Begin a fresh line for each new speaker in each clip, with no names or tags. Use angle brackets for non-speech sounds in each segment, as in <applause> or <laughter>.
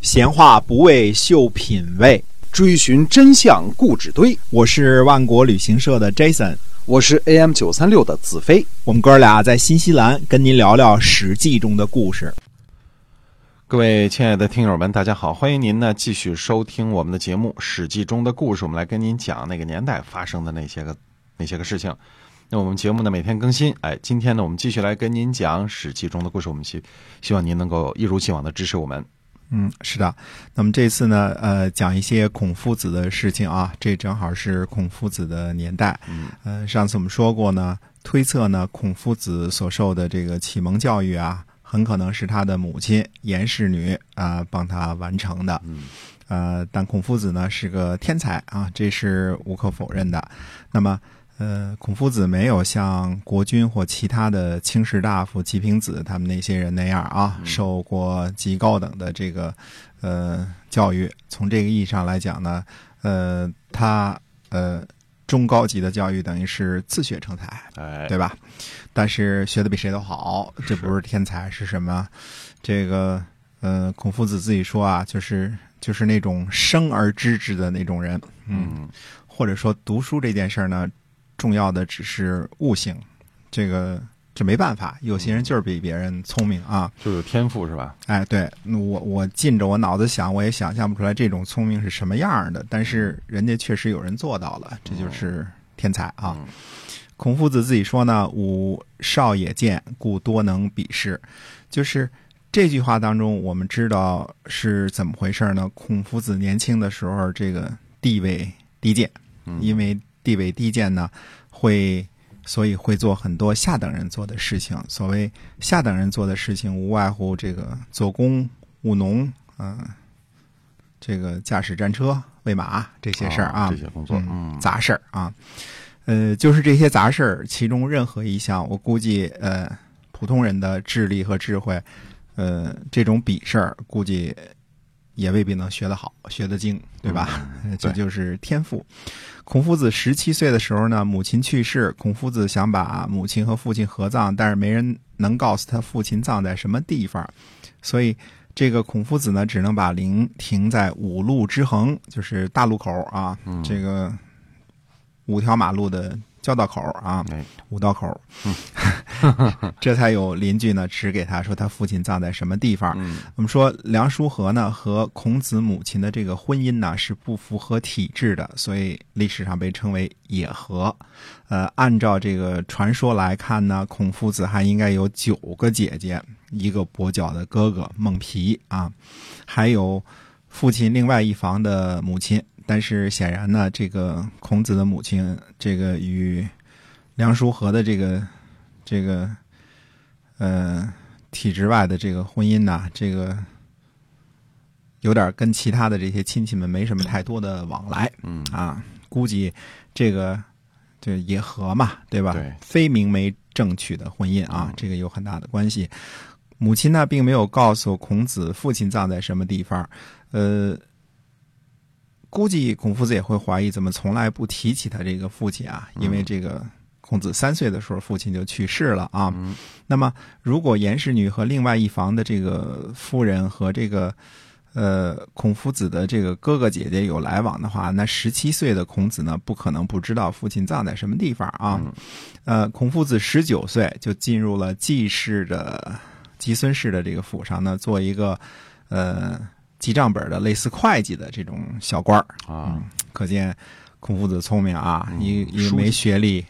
闲话不为秀品味，
追寻真相故纸堆。
我是万国旅行社的 Jason，
我是 AM 九三六的子飞。
我们哥俩在新西兰跟您聊聊《史记》中的故事。
各位亲爱的听友们，大家好！欢迎您呢继续收听我们的节目《史记》中的故事，我们来跟您讲那个年代发生的那些个那些个事情。那我们节目呢每天更新，哎，今天呢我们继续来跟您讲《史记》中的故事，我们希希望您能够一如既往的支持我们。
嗯，是的。那么这次呢，呃，讲一些孔夫子的事情啊，这正好是孔夫子的年代。
嗯，
呃，上次我们说过呢，推测呢，孔夫子所受的这个启蒙教育啊，很可能是他的母亲颜氏女啊、帮他完成的。
嗯，
呃，但孔夫子呢是个天才啊，这是无可否认的。那么。呃，孔夫子没有像国君或其他的卿士大夫、季平子他们那些人那样啊，受过极高等的这个呃教育。从这个意义上来讲呢，呃，他呃中高级的教育等于是自学成才，
哎，
对吧？但是学的比谁都好，这不是天才是什么？这个呃，孔夫子自己说啊，就是就是那种生而知之的那种人，嗯，
嗯，
或者说读书这件事儿呢，重要的只是悟性，这个这没办法，有些人就是比别人聪明啊。
就有天赋是吧？
哎，对我我尽着我脑子想，我也想象不出来这种聪明是什么样儿的，但是人家确实有人做到了，这就是天才啊。
嗯
孔夫子自己说呢：“吾少也见，故多能鄙视。”就是这句话当中，我们知道是怎么回事呢？孔夫子年轻的时候，这个地位低贱，
嗯
因为地位低贱呢，会所以会做很多下等人做的事情。所谓下等人做的事情，无外乎这个做工、务农，嗯、这个驾驶战车、喂马这些事儿啊，
这些工作，嗯，
杂事儿啊。呃，就是这些杂事儿，其中任何一项，我估计呃，普通人的智力和智慧，呃，这种笔事儿，估计也未必能学得好，学得精，对吧？呃 <laughs> 这
嗯对
就是天赋。孔夫子十七岁的时候呢，母亲去世，孔夫子想把母亲和父亲合葬，但是没人能告诉他父亲葬在什么地方，所以这个孔夫子呢，只能把陵停在五路之横，就是大路口啊，这个五条马路的交道口啊，
哎，
五道口，这才有邻居呢指给他说他父亲葬在什么地方。
嗯
我们说梁叔和呢和孔子母亲的这个婚姻呢是不符合体制的，所以历史上被称为野合。呃，按照这个传说来看呢，孔夫子还应该有九个姐姐，一个跛脚的哥哥孟皮啊，还有父亲另外一房的母亲。但是显然呢，这个孔子的母亲这个与梁叔和的这个这个呃体制外的这个婚姻呐、这个有点跟其他的这些亲戚们没什么太多的往来
嗯，
啊，估计这个这也和嘛，对吧？
对
非明媒正娶的婚姻啊
嗯，
这个有很大的关系。母亲呢，并没有告诉孔子父亲葬在什么地方，呃。估计孔夫子也会怀疑，怎么从来不提起他这个父亲啊？因为
嗯
这个孔子三岁的时候，父亲就去世了啊。
嗯
那么，如果颜氏女和另外一房的这个夫人和这个呃孔夫子的这个哥哥姐姐有来往的话，那十七岁的孔子呢，不可能不知道父亲葬在什么地方啊。
嗯
呃，孔夫子十九岁就进入了季氏的季孙氏的这个府上呢，做一个呃记账本的类似会计的这种小官儿。
啊，
可见孔夫子聪明啊，
嗯
一一个
书记
没学历，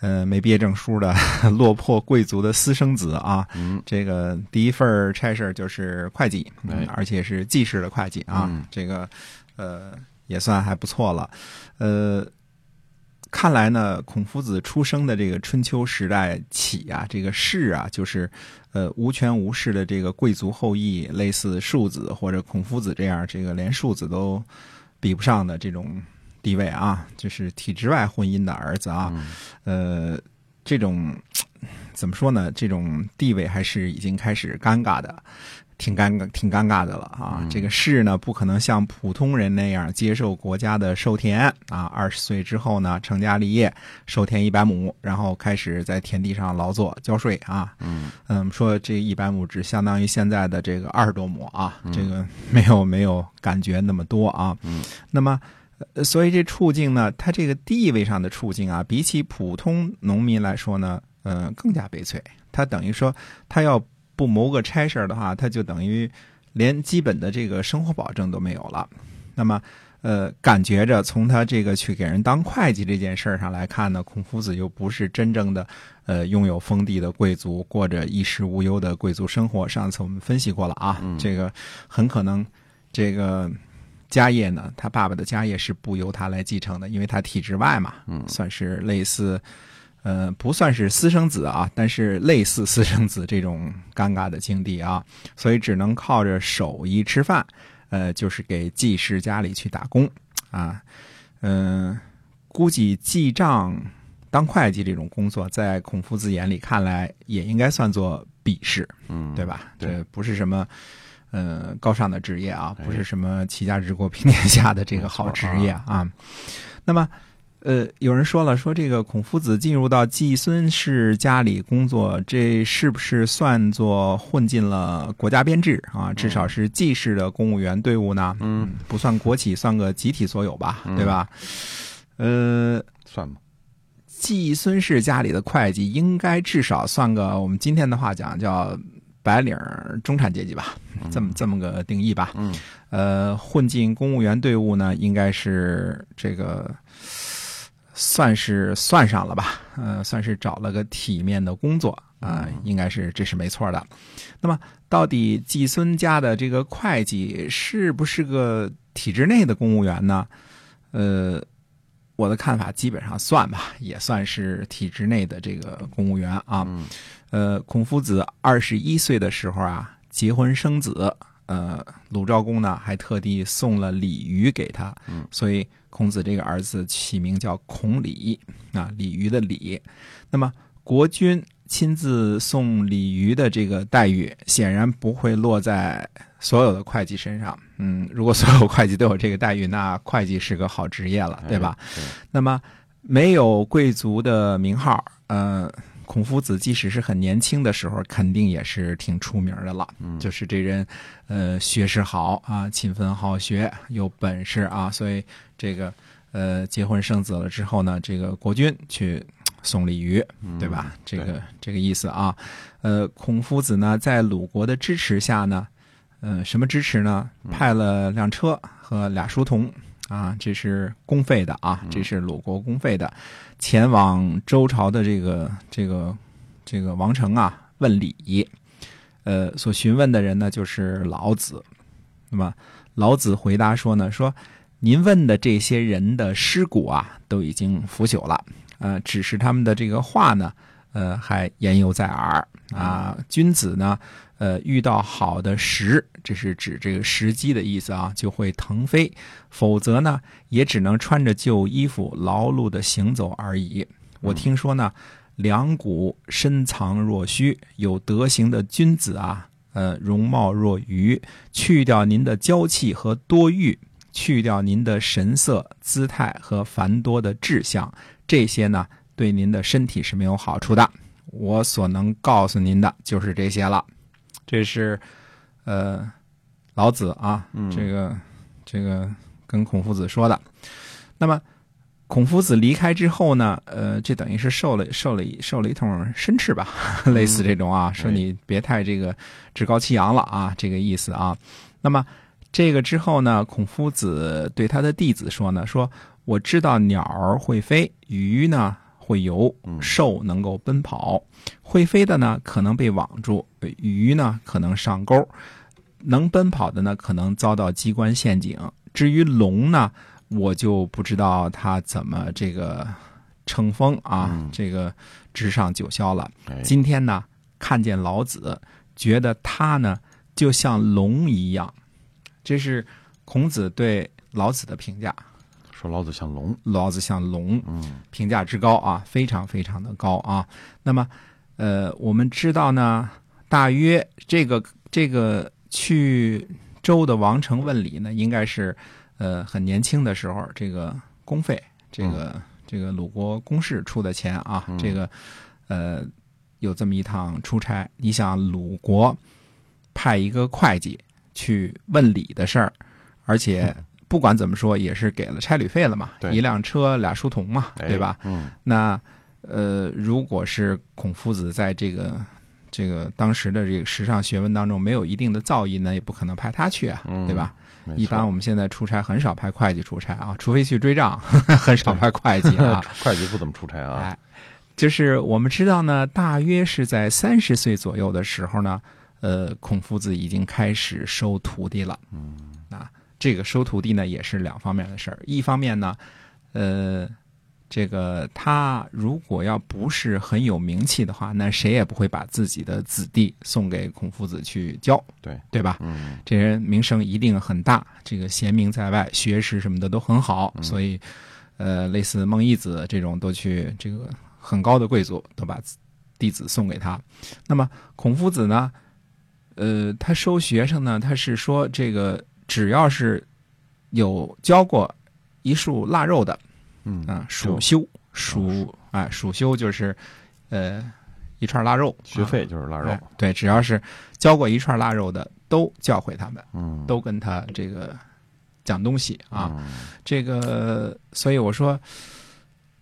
呃，没毕业证书的 <laughs> 落魄贵族的私生子啊，
嗯
这个第一份儿差事儿就是会计，嗯
哎
而且是记事的会计啊，
嗯
这个呃也算还不错了，呃。看来呢，孔夫子出生的这个春秋时代起啊，这个士啊，就是，呃，无权无势的这个贵族后裔，类似庶子或者孔夫子这样，这个连庶子都比不上的这种地位啊，就是体制外婚姻的儿子啊，
嗯
呃，这种怎么说呢？这种地位还是已经开始尴尬的。挺尴尬，挺尴尬的了啊！
嗯
这个士呢，不可能像普通人那样接受国家的授田啊。二十岁之后呢，成家立业，授田一百亩，然后开始在田地上劳作交税啊。
嗯
嗯，说这一百亩只相当于现在的这个二十多亩啊，这个没有 <laughs> 没有感觉那么多啊。
嗯，
那么。呃所以这处境呢，它这个地位上的处境啊，比起普通农民来说呢，呃，更加悲催。他等于说，他要不谋个差事儿的话，他就等于连基本的这个生活保证都没有了。那么，呃，感觉着从他这个去给人当会计这件事儿上来看呢，孔夫子又不是真正的呃拥有封地的贵族，过着衣食无忧的贵族生活。上次我们分析过了啊，这个很可能这个。家业呢，他爸爸的家业是不由他来继承的，因为他体制外嘛，嗯，算是类似呃，不算是私生子啊，但是类似私生子这种尴尬的境地啊，所以只能靠着手艺吃饭，呃，就是给季氏家里去打工啊，嗯、估计记账、当会计这种工作，在孔夫子眼里看来，也应该算作鄙视，
嗯，
对吧？
对
这不是什么。呃，高尚的职业啊，
哎
不是什么齐家治国平天下的这个好职业啊。那么，呃，有人说了，说这个孔夫子进入到季孙氏家里工作，这是不是算作混进了国家编制啊？至
嗯
少是季氏的公务员队伍呢？嗯，不算国企，算个集体所有吧，
嗯
对吧？呃，
算吧，
季孙氏家里的会计应该至少算个，我们今天的话讲叫白领儿中产阶级吧，这么这么个定义吧。
嗯，
呃，混进公务员队伍呢，应该是这个算是算上了吧，呃，算是找了个体面的工作啊、应该是这是没错的。那么，到底季孙家的这个会计是不是个体制内的公务员呢？呃，我的看法基本上算吧，也算是体制内的这个公务员啊。呃，孔夫子二十一岁的时候啊，结婚生子。呃，鲁昭公呢还特地送了鲤鱼给他，所以孔子这个儿子起名叫孔鲤啊，鲤鱼的鲤。那么国君亲自送鲤鱼的这个待遇，显然不会落在所有的会计身上。嗯，如果所有会计都有这个待遇，那会计是个好职业了，对吧？那么没有贵族的名号，呃，孔夫子即使是很年轻的时候，肯定也是挺出名的了。就是这人，呃，学识好啊，勤奋好学，有本事啊，所以这个呃，结婚生子了之后呢，这个国君去。送鲤鱼，对吧？这个这个意思啊，呃，孔夫子呢，在鲁国的支持下呢，呃，什么支持呢？派了辆车和俩书童啊，这是公费的啊，这是鲁国公费的，前往周朝的这个这个这个王城啊问礼。呃，所询问的人呢就是老子。那么老子回答说呢，说您问的这些人的尸骨啊都已经腐朽了，呃，只是他们的这个话呢，呃，还言犹在耳啊。君子呢，呃，遇到好的时，这是指这个时机的意思啊，就会腾飞；否则呢，也只能穿着旧衣服劳碌的行走而已。我听说呢，两股深藏若虚，有德行的君子啊，呃，容貌若愚，去掉您的娇气和多欲，去掉您的神色、姿态和繁多的志向，这些呢，对您的身体是没有好处的。我所能告诉您的就是这些了。这是，呃，老子啊，这个这个跟孔夫子说的。那么，孔夫子离开之后呢，呃，这等于是受了受了一受了一通申斥吧， <laughs> 类似这种啊，说你别太这个趾高气扬了啊，这个意思啊。那么这个之后呢，孔夫子对他的弟子说呢，说我知道鸟儿会飞，鱼呢会游，
嗯
兽能够奔跑，会飞的呢可能被网住，鱼呢可能上钩，能奔跑的呢可能遭到机关陷阱。至于龙呢，我就不知道它怎么这个乘风啊，这个直上九霄了。
嗯哎
今天呢，看见老子，觉得他呢就像龙一样，这是孔子对老子的评价。
说老子像龙，
老子像龙，
嗯
评价之高啊，非常非常的高啊。那么，呃，我们知道呢，大约这个这个去周的王城问礼呢，应该是呃很年轻的时候，这个公费，这个、
嗯
这个鲁国公室出的钱啊，这个呃有这么一趟出差。你想鲁国派一个会计去问礼的事儿，而且不管怎么说也是给了差旅费了嘛，
嗯对
一辆车俩书童嘛，
哎
对吧？？
嗯，
那呃，如果是孔夫子在这个这个当时的这个时尚学问当中没有一定的造诣呢，也不可能派他去啊，
嗯
对吧？
没
一
错
般我们现在出差很少派会计出差啊，除非去追账， <laughs> 很少派会计啊。
会计不怎么出差啊。
哎，就是我们知道呢，大约是在三十岁左右的时候呢，呃，孔夫子已经开始收徒弟了。嗯，啊，这个收徒弟呢，也是两方面的事儿。一方面呢，呃，这个他如果要不是很有名气的话，那谁也不会把自己的子弟送给孔夫子去教，
对，
对吧？
嗯，
这人名声一定很大，这个贤名在外，学识什么的都很好，
嗯
所以，呃，类似孟懿子这种都去这个很高的贵族都把子弟子送给他。那么孔夫子呢，呃，他收学生呢，他是说这个只要是有教过一束腊肉的，
嗯
啊，属修，属啊，属修就是，呃，一串腊肉，
学
啊
费就是腊肉
哎。对，只要是教过一串腊肉的，都教诲他们，
嗯，
都跟他这个讲东西啊。
嗯，
这个，所以我说，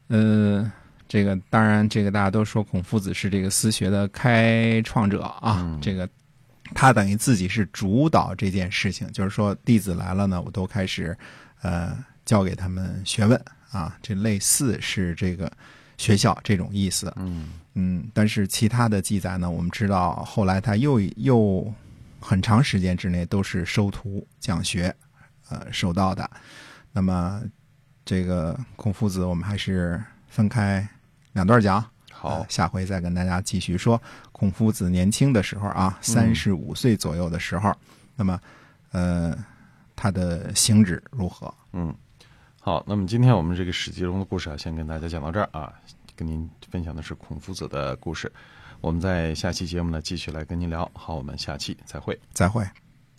呃，这个当然，这个大家都说孔夫子是这个私学的开创者啊，
嗯
这个他等于自己是主导这件事情，就是说弟子来了呢，我都开始呃教给他们学问啊，这类似是这个学校这种意思。
嗯
嗯，但是其他的记载呢，我们知道后来他又又很长时间之内都是收徒讲学，呃，收到的。那么这个孔夫子，我们还是分开两段讲。
好
呃，下回再跟大家继续说孔夫子年轻的时候啊，三十五岁左右的时候，那么呃，他的行止如何？
嗯，好，那么今天我们这个《史记》中的故事啊，先跟大家讲到这儿啊，跟您分享的是孔夫子的故事，我们在下期节目呢继续来跟您聊。好，我们下期再会。
再会，拜。